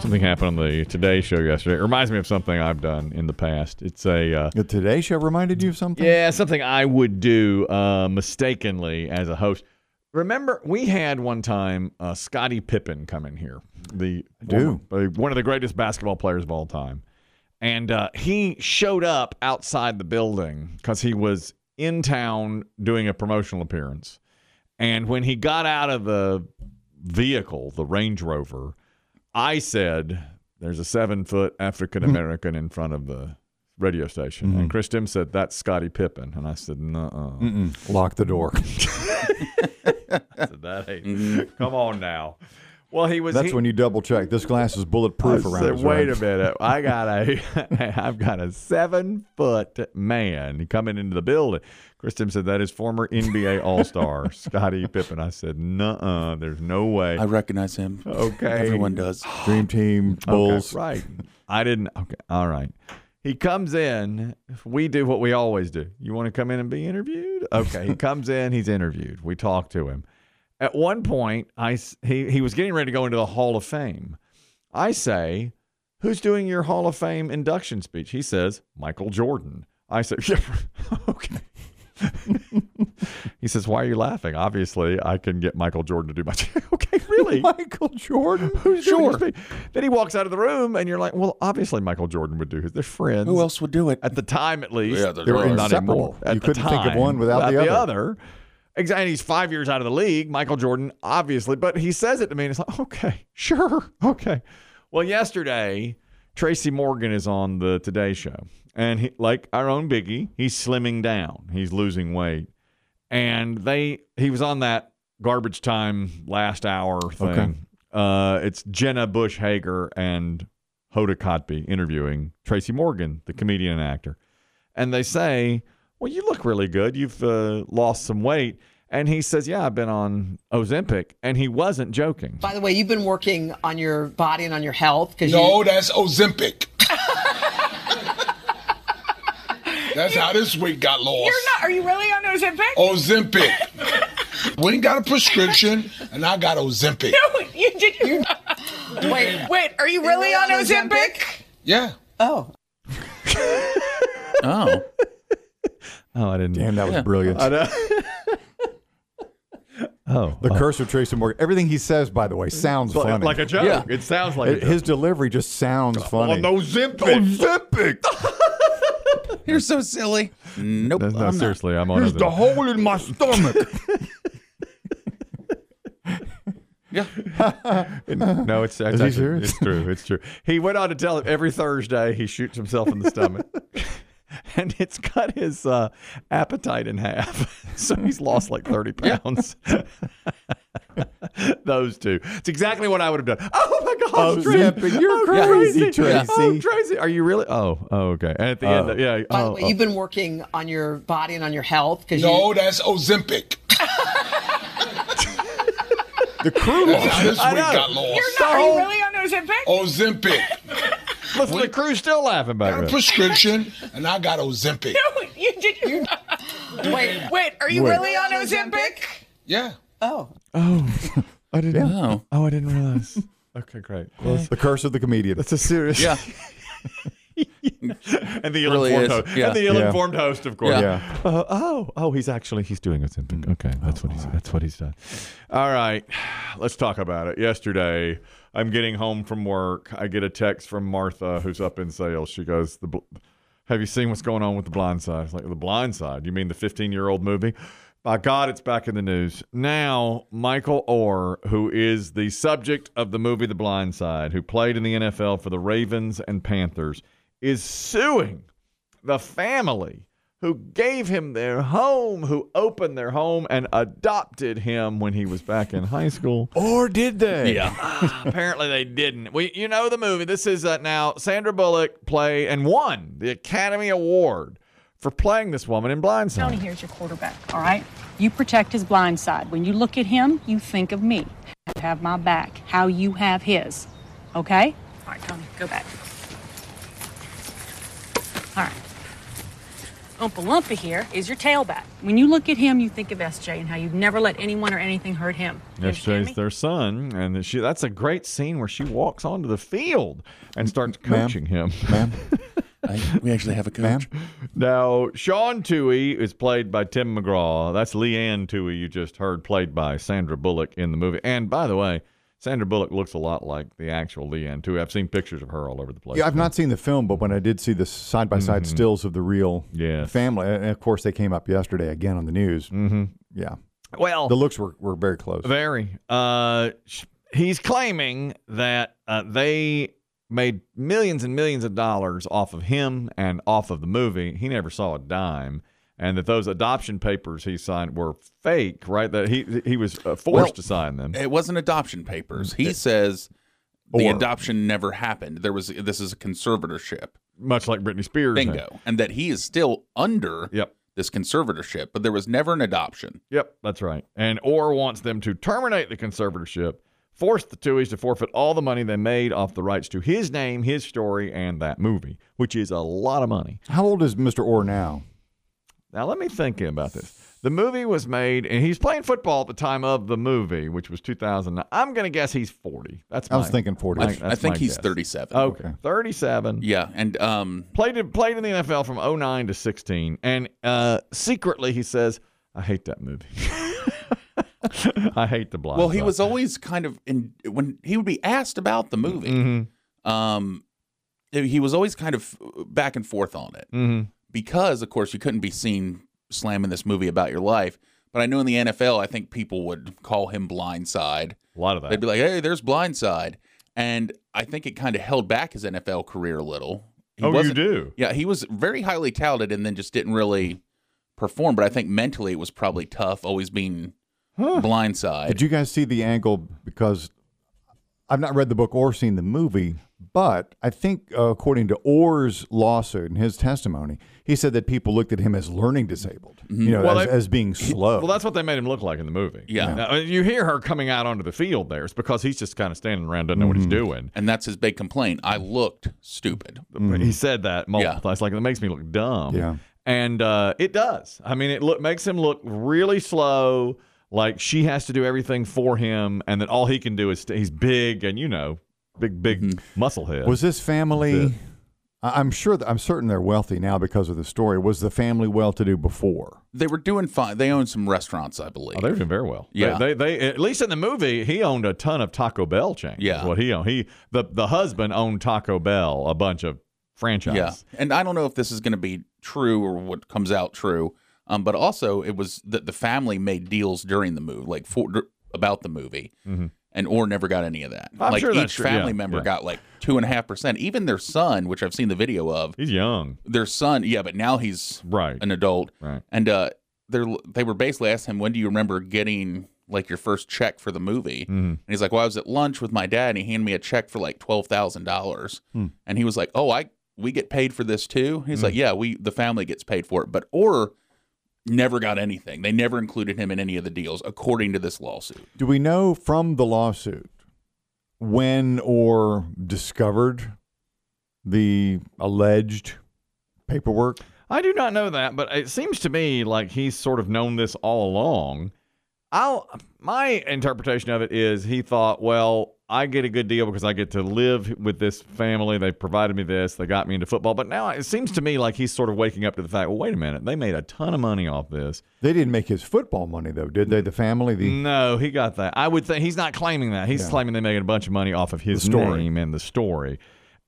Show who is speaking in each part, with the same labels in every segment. Speaker 1: Something happened on the Today Show yesterday. It reminds me of something I've done in the past. It's a uh,
Speaker 2: The Today Show reminded you of something?
Speaker 1: yeah, something I would do uh, mistakenly as a host. Remember, we had one time uh, Scottie Pippen come in here, the
Speaker 2: do.
Speaker 1: former- uh, one of the greatest basketball players of all time, and uh, he showed up outside the building because he was in town doing a promotional appearance. And when he got out of the vehicle, the Range Rover, I said, There's a seven foot
Speaker 2: Mm-hmm.
Speaker 1: African American in front of the radio station. And Chris Tim said, That's Scottie Pippen. And I said, Nuh
Speaker 2: Mm-hmm.
Speaker 1: uh.
Speaker 2: Mm. Lock the door.
Speaker 1: That ain't. Come on now. Well, he was.
Speaker 2: Mm-hmm. That's
Speaker 1: he,
Speaker 2: when you double check. This glass is
Speaker 1: I
Speaker 2: bulletproof around
Speaker 1: said,
Speaker 2: his
Speaker 1: Wait
Speaker 2: ribs."
Speaker 1: a minute. I got a I've got a seven foot man coming into the building. Chris Tim said, That is former NBA All Star Scottie Pippen. I said, Nuh uh, there's no way.
Speaker 3: I recognize him.
Speaker 1: Okay.
Speaker 3: Everyone does.
Speaker 2: Dream Team, Bulls.
Speaker 1: Okay, right. I didn't. Okay. All right. He comes in. We do what we always do. You want to come in and be interviewed? Okay. He comes in. He's interviewed. We talk to him. At one point, I s- he he was getting ready to go into the Hall of Fame. I say, "Who's doing your Hall of Fame induction speech?" He says, "Michael Jordan." I say, "Yeah, okay." he says, "Why are you laughing?" Obviously, I can get Michael Jordan to do my. okay, really?
Speaker 2: Michael Jordan?
Speaker 1: Who's doing his speech? Then he walks out of the room, and you're like, well, obviously Michael Jordan would do his. They're friends.
Speaker 3: Who else would do it?
Speaker 1: At the time, at least.
Speaker 3: Yeah, they're
Speaker 1: They were
Speaker 3: not
Speaker 2: inseparable.
Speaker 1: anymore. At
Speaker 2: You
Speaker 1: the
Speaker 2: couldn't think of
Speaker 1: time,
Speaker 2: one without the
Speaker 1: other. Exactly. And he's five years out of the league, Michael Jordan, obviously. But he says it to me, and it's like, okay, sure, okay. Well, yesterday, Tracy Morgan is on the Today Show. And he, like our own Biggie, he's slimming down, he's losing weight. And they, he was on that garbage time last hour thing.
Speaker 2: Okay.
Speaker 1: Uh, it's Jenna Bush Hager and Hoda Kotb interviewing Tracy Morgan, the comedian and actor. And they say, Well, you look really good. You've uh, lost some weight. And he says, Yeah, I've been on Ozempic. And he wasn't joking.
Speaker 4: By the way, you've been working on your body and on your health because
Speaker 5: No, that's Ozempic. that's how this weight got lost.
Speaker 4: you're not. Are you really on Ozempic?
Speaker 5: Ozempic. we got a prescription, and I got Ozempic.
Speaker 4: you did. You, wait, wait. Are you really on Ozempic?
Speaker 5: Yeah.
Speaker 4: Oh,
Speaker 3: Oh.
Speaker 1: Oh, I didn't.
Speaker 2: Damn, that was brilliant.
Speaker 1: Oh.
Speaker 2: the curse of Tracy Morgan. Everything he says, by the way, sounds
Speaker 1: Like,
Speaker 2: funny.
Speaker 1: like a joke.
Speaker 3: Yeah.
Speaker 1: It sounds like
Speaker 2: It-
Speaker 1: a joke. Oh,
Speaker 2: his delivery just sounds funny.
Speaker 1: On Ozempic.
Speaker 2: Oh, Ozempic.
Speaker 3: You're so silly. Nope.
Speaker 1: No,
Speaker 3: I'm not.
Speaker 1: seriously, I'm on Ozempic.
Speaker 2: hole in my stomach.
Speaker 3: Yeah.
Speaker 1: No, it's, it's,
Speaker 2: Is he
Speaker 1: actually-
Speaker 2: serious?
Speaker 1: it's true. It's true. He went on to tell him every Thursday he shoots himself in the stomach. and it's cut his uh, appetite in half. so he's lost like 30 pounds. Those two. It's exactly what I would have done. Oh my gosh,
Speaker 2: Oh,
Speaker 1: Tracy.
Speaker 2: Zippin, you're
Speaker 1: Oh,
Speaker 2: crazy, Tracy.
Speaker 1: Oh, Tracy. Are you really? Oh, oh okay. And at the end, yeah.
Speaker 4: by
Speaker 1: oh,
Speaker 4: the way,
Speaker 1: oh.
Speaker 4: you've been working on your body and on your health because
Speaker 5: No, that's Ozempic.
Speaker 2: The crew
Speaker 5: That's how
Speaker 2: lost.
Speaker 5: this
Speaker 1: I
Speaker 5: weight
Speaker 1: know.
Speaker 5: got lost.
Speaker 1: The whole-
Speaker 4: on Ozempic?
Speaker 5: Ozempic.
Speaker 1: listen, the crew's still laughing
Speaker 5: Got
Speaker 1: about
Speaker 5: a
Speaker 1: it.
Speaker 5: prescription, and I got Ozempic.
Speaker 4: you did. You, wait, wait. Are you
Speaker 2: Wait.
Speaker 4: really on Ozempic?
Speaker 5: Yeah.
Speaker 4: Oh,
Speaker 1: I didn't.
Speaker 3: Oh.
Speaker 1: Oh, I didn't realize. okay, great. Well,
Speaker 2: The curse of the comedian.
Speaker 1: That's a serious.
Speaker 3: Yeah.
Speaker 1: and the
Speaker 3: Really
Speaker 1: ill-informed
Speaker 3: is.
Speaker 1: host.
Speaker 3: Yeah.
Speaker 1: And the ill-informed host, of course.
Speaker 3: Yeah.
Speaker 2: Yeah.
Speaker 1: Uh, oh, oh, he's actually he's doing a thing. Okay, that's what he's that's what he's done. Mm. All right, let's talk about it. Yesterday, I'm getting home from work. I get a text from Martha, who's up in sales. She goes, "The, bl- have you seen what's going on with the Blind Side?" I was like the Blind Side? You mean the 15 year old movie? By God, it's back in the news now. Michael Orr, who is the subject of the movie The Blind Side, who played in the NFL for the Ravens and Panthers, is suing the family who gave him their home, who opened their home and adopted him when he was back in high school. Ah,
Speaker 2: Or did they?
Speaker 3: Yeah.
Speaker 1: Apparently, they didn't. We, you know, the movie. This is uh, now Sandra Bullock played and won the Academy Award for playing this woman in
Speaker 6: Tony
Speaker 1: Blindside.
Speaker 6: here's your quarterback, all right? You protect his blind side. When you look at him, you think of me. You have my back, how you have his. Okay? All right, Tony, go back. All right. Oompa Loompa here is your tailback. When you look at him, you think of SJ and how you've never let anyone or anything hurt him. You understand
Speaker 1: SJ's
Speaker 6: me?
Speaker 1: their son, and that she, that's a great scene where she walks onto the field and starts coaching him.
Speaker 3: Ma'am, I, we actually have a coach.
Speaker 1: Now, Sean Toohey is played by Tim McGraw. That's Leanne Toohey you just heard, played by Sandra Bullock in the movie. And by the way, Sandra Bullock looks a lot like the actual Leanne Toohey. I've seen pictures of her all over the place.
Speaker 2: Yeah, I've not seen the film, but when I did see the side by side stills of the real
Speaker 1: Mm-hmm. Yes.
Speaker 2: family, and of course they came up yesterday again on the news. Mm-hmm. Yeah,
Speaker 1: Well,
Speaker 2: the looks were, were very close.
Speaker 1: very. Uh, sh- he's claiming that uh, they made millions and millions of dollars off of him and off of the movie. He never saw a dime. And that those adoption papers he signed were fake, right? That he he was uh, forced
Speaker 3: Well,
Speaker 1: to sign them.
Speaker 3: It wasn't adoption papers. He says the
Speaker 2: Or-
Speaker 3: adoption never happened. There was this is a conservatorship.
Speaker 1: much like Britney Spears. had.
Speaker 3: Bingo. And that he is still under
Speaker 1: Yep.
Speaker 3: this conservatorship, but there was never an adoption.
Speaker 1: Yep, that's right. And Orr wants them to terminate the conservatorship, force the Tuies to forfeit all the money they made off the rights to his name, his story, and that movie, which is a lot of money.
Speaker 2: How old is Mr. Orr now?
Speaker 1: Now, let me think about this. The movie was made, and he's playing football at the time of the movie, which was 2009. I'm going to guess he's 40. That's
Speaker 2: I was
Speaker 1: my-
Speaker 2: thinking forty.
Speaker 1: I
Speaker 3: I,
Speaker 1: think
Speaker 3: I
Speaker 1: that's
Speaker 3: think
Speaker 1: my
Speaker 3: he's
Speaker 1: guess.
Speaker 3: 37.
Speaker 1: Okay, 37.
Speaker 3: Yeah. And um,
Speaker 1: Played in- played in the NFL from 09 to 16, and uh, secretly he says, "I hate that movie. I hate the blind."
Speaker 3: well, he
Speaker 1: Side."
Speaker 3: was always kind of in when he would be asked about the movie.
Speaker 1: Mhm.
Speaker 3: Um, he was always kind of back and forth on it
Speaker 1: Mhm.
Speaker 3: because, of course, you couldn't be seen slamming this movie about your life. But I know in the NFL, I think people would call him Blindside.
Speaker 1: a lot of that.
Speaker 3: They'd be like, "Hey, there's Blindside," and I think it kind of held back his NFL career a little. He
Speaker 1: oh, you
Speaker 3: wasn't-
Speaker 1: do.
Speaker 3: Yeah, he was very highly touted, and then just didn't really perform. But I think mentally, it was probably tough, always being blindsided.
Speaker 2: Did you guys see the angle? Because I've not read the book or seen the movie, but I think uh, according to Orr's lawsuit and his testimony, he said that people looked at him as learning disabled, you know,
Speaker 1: Mm-hmm. Well,
Speaker 2: as,
Speaker 1: I-
Speaker 2: as being slow.
Speaker 1: Well, that's what they made him look like in the movie.
Speaker 3: Yeah.
Speaker 1: Now, you hear her coming out onto the field there. It's because he's just kind of standing around, doesn't know what he's doing.
Speaker 3: and that's his big complaint. I looked stupid.
Speaker 1: He said that multiple times. Like, it makes me look dumb.
Speaker 2: Yeah.
Speaker 1: And uh, it does. I mean, it look, makes him look really slow, like she has to do everything for him, and that all he can do is st- he's big and, you know, big, big muscle head.
Speaker 2: was this family? I- I'm sure. That, I'm certain they're wealthy now because of the story. Was the family well-to-do before?
Speaker 3: They were doing fine. They owned some restaurants, I believe.
Speaker 1: Oh, they were doing very well. They-
Speaker 3: Yeah.
Speaker 1: They, they, at least in the movie, he owned a ton of Taco Bell chains. is
Speaker 3: Yeah.
Speaker 1: What he owned. He the the husband owned Taco Bell, a bunch of franchise.
Speaker 3: yeah, and I don't know if this is going to be true or what comes out true. Um, but also it was that the family made deals during the movie, like for dr- about the movie, and Orr never got any of that.
Speaker 1: Mm-hmm. I'm
Speaker 3: like
Speaker 1: sure
Speaker 3: each
Speaker 1: that's true.
Speaker 3: family
Speaker 1: Yeah,
Speaker 3: member
Speaker 1: yeah.
Speaker 3: got like two and a half percent. Even their son, which I've seen the video of,
Speaker 1: He's young.
Speaker 3: their son, yeah, but now he's
Speaker 1: Right.
Speaker 3: an adult,
Speaker 1: Right.
Speaker 3: and uh, they're they were basically asked him, "When do you remember getting like your first check for the movie?" And he's like, "Well, I was at lunch with my dad, and he handed me a check for like twelve thousand dollars." And he was like, "Oh, I we get paid for this too." He's like, "Yeah, we the family gets paid for it," but or never got anything. They never included him in any of the deals, according to this lawsuit.
Speaker 2: Do we know from the lawsuit when or discovered the alleged paperwork?
Speaker 1: I do not know that, but it seems to me like he's sort of known this all along. I'll my interpretation of it is he thought, well, I get a good deal because I get to live with this family. They provided me this. They got me into football. But now it seems to me like he's sort of waking up to the fact. Well, wait a minute. They made a ton of money off this.
Speaker 2: They didn't make his football money though, did they? The family, the
Speaker 1: No, he got that. I would think he's not claiming that. He's claiming they made a bunch of money off of his
Speaker 2: The story.
Speaker 1: name and the story.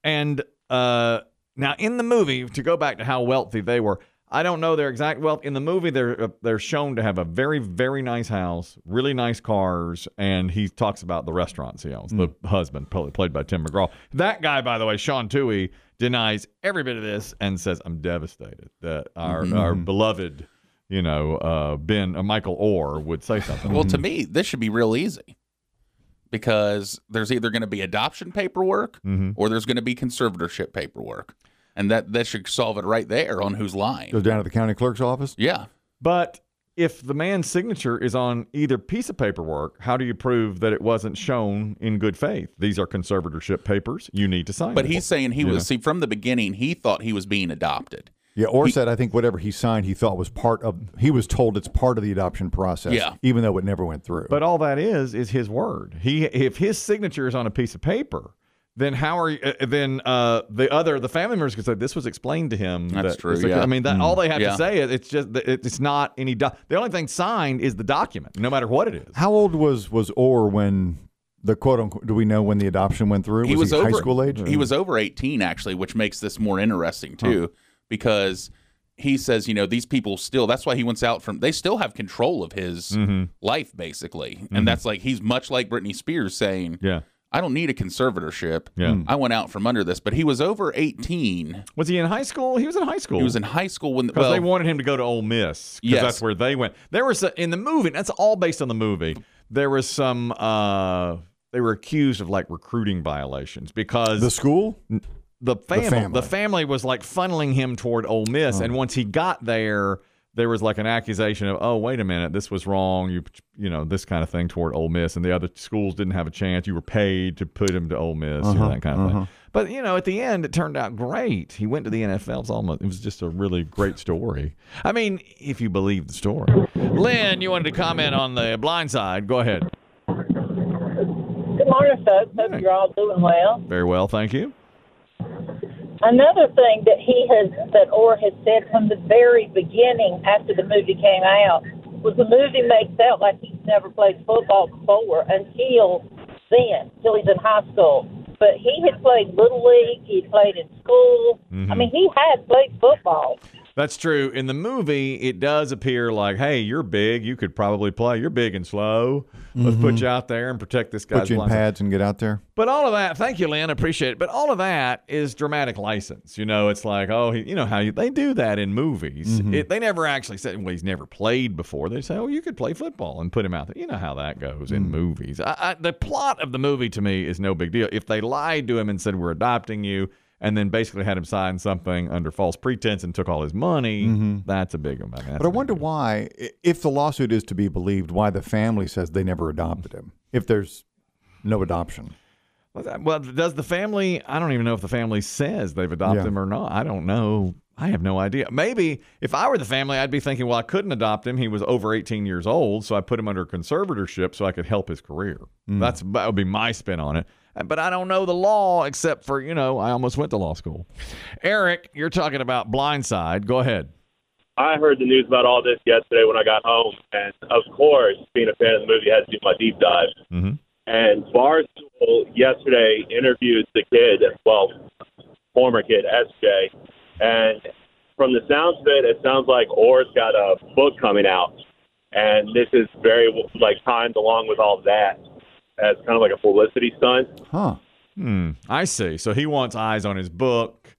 Speaker 1: And uh, now in the movie, to go back to how wealthy they were, I don't know their exact wealth. In the movie, they're uh, they're shown to have a very very nice house, really nice cars, and he talks about the restaurants he owns.
Speaker 2: Hmm.
Speaker 1: The husband, probably played by Tim McGraw. That guy, by the way, Sean Toohey, denies every bit of this and says, "I'm devastated that our
Speaker 2: Mm-hmm.
Speaker 1: our beloved." You know, uh, Ben uh, Michael Orr would say something.
Speaker 3: Well, to me, this should be real easy. Because there's either going to be adoption paperwork or there's going to be conservatorship paperwork. And that, that should solve it right there on who's lying.
Speaker 2: goes down to the county clerk's office.
Speaker 3: Yeah.
Speaker 1: But if the man's signature is on either piece of paperwork, how do you prove that it wasn't shown in good faith? These are conservatorship papers. You need to sign.
Speaker 3: But
Speaker 1: them.
Speaker 3: he's saying he was, see, from the beginning, he thought he was being adopted.
Speaker 2: Yeah, Orr said, I think whatever he signed, he thought was part of, he was told it's part of the adoption process,
Speaker 3: Yeah.
Speaker 2: even though it never went through.
Speaker 1: But all that is is his word. He if his signature is on a piece of paper, then how are you, uh, then uh, the other the family members could say this was explained to him.
Speaker 3: That's
Speaker 1: that-
Speaker 3: true,
Speaker 1: it's like-
Speaker 3: yeah. Mm.
Speaker 1: I mean, that, all they have
Speaker 3: Yeah.
Speaker 1: to say is it's just that it, it's not any. Do- the only thing signed is the document, no matter what it is.
Speaker 2: How old was, was Orr when the quote unquote, do we know when the adoption went through?
Speaker 3: he was over,
Speaker 2: high school age?
Speaker 3: He was over 18 actually, which makes this more interesting too, because he says, you know, these people still. That's why he went out from. They still have control of his life basically, and that's like he's much like Britney Spears saying,
Speaker 1: Yeah.
Speaker 3: I don't need a conservatorship.
Speaker 1: Yeah.
Speaker 3: I went out from under this, but he was over 18.
Speaker 1: Was he in high school? He was in high school.
Speaker 3: He was in high school when
Speaker 1: Because
Speaker 3: well,
Speaker 1: they wanted him to go to Ole Miss. Because
Speaker 3: Yes.
Speaker 1: that's where they went. There was a, in the movie. That's all based on the movie. There was some. Uh, they were accused of like recruiting violations because
Speaker 2: The school?
Speaker 3: Mm,
Speaker 1: the family, the family
Speaker 2: family.
Speaker 1: was like funneling him toward Ole Miss, and once he got there, there was like an accusation of, oh wait a minute, this was wrong. You you know this kind of thing toward Ole Miss, and the other schools didn't have a chance. You were paid to put him to Ole Miss or that kind of thing. But you know, at the end, it turned out great. He went to the NFL. It's almost it was just a really great story. I mean, if you believe the story. Lynn, you wanted to comment on the blind side. Go ahead.
Speaker 7: Good morning, folks. Hope you're all doing well.
Speaker 1: Very well, thank you.
Speaker 7: Another thing that he has, that Orr has said from the very beginning after the movie came out, was the movie makes out like he's never played football before until then, till he's in high school. But he had played little league. He played in school. I mean, he had played football.
Speaker 1: That's true. In the movie, it does appear like, hey, you're big. You could probably play. You're big and slow. Let's put you out there and protect this guy's
Speaker 2: Mm-hmm. Put you in
Speaker 1: blind side."
Speaker 2: pads and get out there?
Speaker 1: But all of that, thank you, Lynn. Appreciate it. But all of that is dramatic license. You know, it's like, oh, he, you know how you, they do that in movies.
Speaker 2: Mm-hmm.
Speaker 1: It, they never actually said, well, he's never played before. They say, oh, you could play football and put him out there. You know how that goes
Speaker 2: Mm.
Speaker 1: in movies. I, I, the plot of the movie to me is no big deal. If they lied to him and said, we're adopting you, and then basically had him sign something under false pretense and took all his money, that's a big one. That's
Speaker 2: Mm-hmm. But I
Speaker 1: a big
Speaker 2: wonder
Speaker 1: deal.
Speaker 2: why, i- if the lawsuit is to be believed, why the family says they never adopted him if there's no adoption.
Speaker 1: What's that? Well, does the family? I don't even know if the family says they've adopted
Speaker 2: Yeah.
Speaker 1: him or not. I don't know. I have no idea. Maybe if I were the family, I'd be thinking, well, I couldn't adopt him. He was over 18 years old, so I put him under conservatorship so I could help his career.
Speaker 2: Hmm.
Speaker 1: That's that would be my spin on it. But I don't know the law except for you know I almost went to law school. Eric, you're talking about blindside. Go ahead.
Speaker 8: I heard the news about all this yesterday when I got home, and of course, being a fan of the movie had to do my deep dive.
Speaker 1: Mhm.
Speaker 8: And Barstool yesterday interviewed the kid, well, former kid SJ, and from the sounds of it, it sounds like Orr's got a book coming out, and this is very like timed along with all that as kind of like a publicity stunt.
Speaker 2: Huh.
Speaker 1: Hmm. I see. So he wants eyes on his book.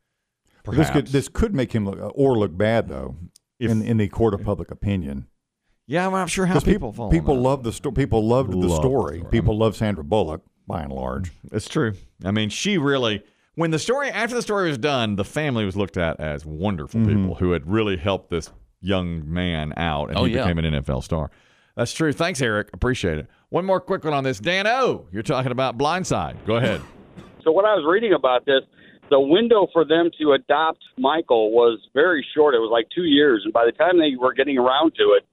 Speaker 2: This could
Speaker 1: perhaps.
Speaker 2: this could make him look or look bad though in in the court of public opinion
Speaker 1: yeah, I'm not sure how
Speaker 2: because
Speaker 1: people fall. on
Speaker 2: people
Speaker 1: that.
Speaker 2: love the story. People loved the
Speaker 1: Love the
Speaker 2: story.
Speaker 1: story.
Speaker 2: People love Sandra Bullock by and large.
Speaker 1: It's true. I mean, she really, when the story, after the story was done, the family was looked at as wonderful
Speaker 3: Mm-hmm.
Speaker 1: people who had really helped this young man out and
Speaker 3: Oh,
Speaker 1: he
Speaker 3: yeah.
Speaker 1: became an NFL star. That's true. Thanks, Eric. Appreciate it. One more quick one on this. Dan O, you're talking about Blindside. Go ahead.
Speaker 9: So when I was reading about this, the window for them to adopt Michael was very short. It was like two years, and by the time they were getting around to it,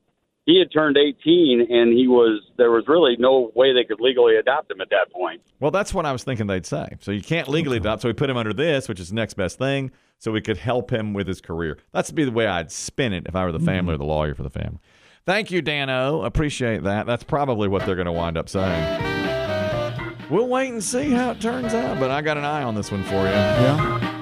Speaker 9: he had turned 18, and he was there was really no way they could legally adopt him at that point.
Speaker 1: Well, that's what I was thinking they'd say. So you can't legally adopt. So we put him under this, which is the next best thing, so we could help him with his career. That's be the way I'd spin it if I were the family or the lawyer for the family. Thank you, Dano. Appreciate that. That's probably what they're going to wind up saying. We'll wait and see how it turns out, but I got an eye on this one for you.
Speaker 2: Yeah.